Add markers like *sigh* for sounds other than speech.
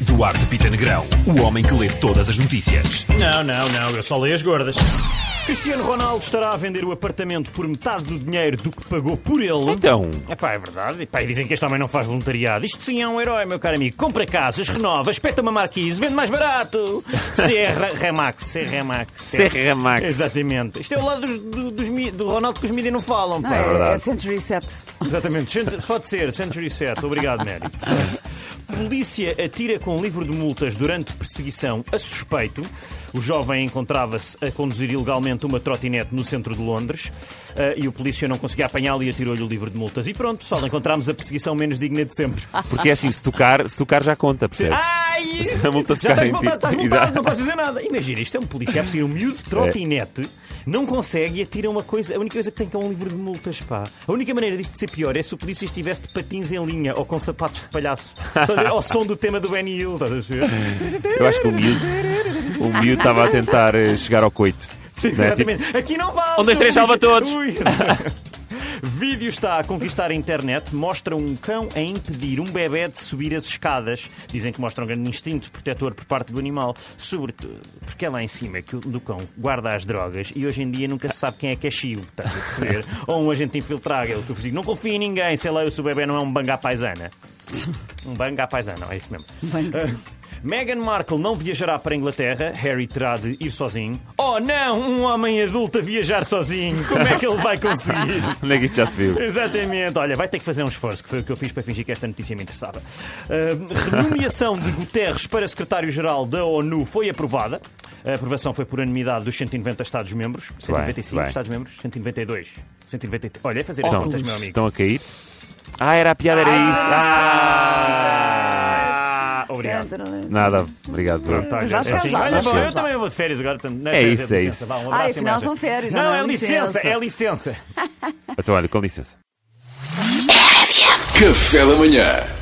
Duarte Pita Negrão, o homem que lê todas as notícias. Não, não, não, eu só leio as gordas. Cristiano Ronaldo estará a vender o apartamento por metade do dinheiro do que pagou por ele. Então, Epá, é verdade. Epá, e dizem que este homem não faz voluntariado. Isto sim é um herói, meu caro amigo. Compra casas, renova, espeta uma marquise, vende *laughs* mais barato. Serra Remax, Serra Remax. Serra Max. Exatamente. Isto é o lado dos, do, dos mi- do Ronaldo que os mídias não falam. Pá. Ah, é, verdade. é Century 7. Exatamente. Cent- Pode ser, Century 7. Obrigado, Mary. Polícia atira com um livro de multas durante perseguição a suspeito. O jovem encontrava-se a conduzir ilegalmente uma trotinete no centro de Londres eh, e o polícia não conseguia apanhá-lo e atirou-lhe o livro de multas. E pronto, pessoal, encontramos a perseguição menos digna de sempre. porque é assim, se tocar, se tocar já conta, percebes? Ai! Se *laughs* a multa Já tocar estás em ti. multado, estás multado, Exato. não posso dizer nada. Imagina, isto é um polícia a perseguir um miúdo de trotinete, não consegue e atira uma coisa. A única coisa que tem que é um livro de multas, pá. A única maneira disto de ser pior é se o polícia estivesse de patins em linha ou com sapatos de *laughs* palhaço. Estás a ver? Ao som do tema do Benny Hill, estás a ver? Eu acho que o miúdo, o miúdo estava a tentar eh, chegar ao coito. Sim, Não é? Tipo, exatamente. Aqui não vale. Um, dois, três, seu salva todos. Ui. *laughs* Vídeo está a conquistar a internet. Mostra um cão a impedir um bebê de subir as escadas. Dizem que mostra um grande instinto protetor por parte do animal. Sobretudo porque é lá em cima que o do cão guarda as drogas e hoje em dia nunca se sabe quem é que é chiu. Estás *laughs* a perceber? Ou um agente infiltrado. É o que eu vos digo. Não confio em ninguém. Sei lá, eu se o bebê não é um banga *laughs* à paisana. Um banga à paisana, é isso mesmo. Meghan Markle não viajará para a Inglaterra, Harry terá de ir sozinho. Oh não, um homem adulto a viajar *laughs* sozinho, como é que ele vai conseguir? Onde é que isto já se viu? Exatamente, olha, vai ter que fazer um esforço, que foi o que eu fiz para fingir que esta notícia me interessava. Ah, renomeação de Guterres para secretário-geral da ONU foi aprovada. A aprovação foi por unanimidade dos 190 Estados-membros, 195 bem. Então, Estados-membros, 192, 193. Olha, é fazer as Estão, contas, meu amigo. estão a cair? Ah, era a piada, era isso. Ah! É Ah, então, obrigado. Nada, obrigado. Bruno. Tá, Já gente, é assim. chegava, Olha, já bom, eu chegava. também vou de férias agora. portanto, não É férias, isso, é licença. isso. Vá, um Ah, abraço e afinal um beijo. são férias, já Não, não há é licença, licença. é licença. Então, olha, com licença. Café da Manhã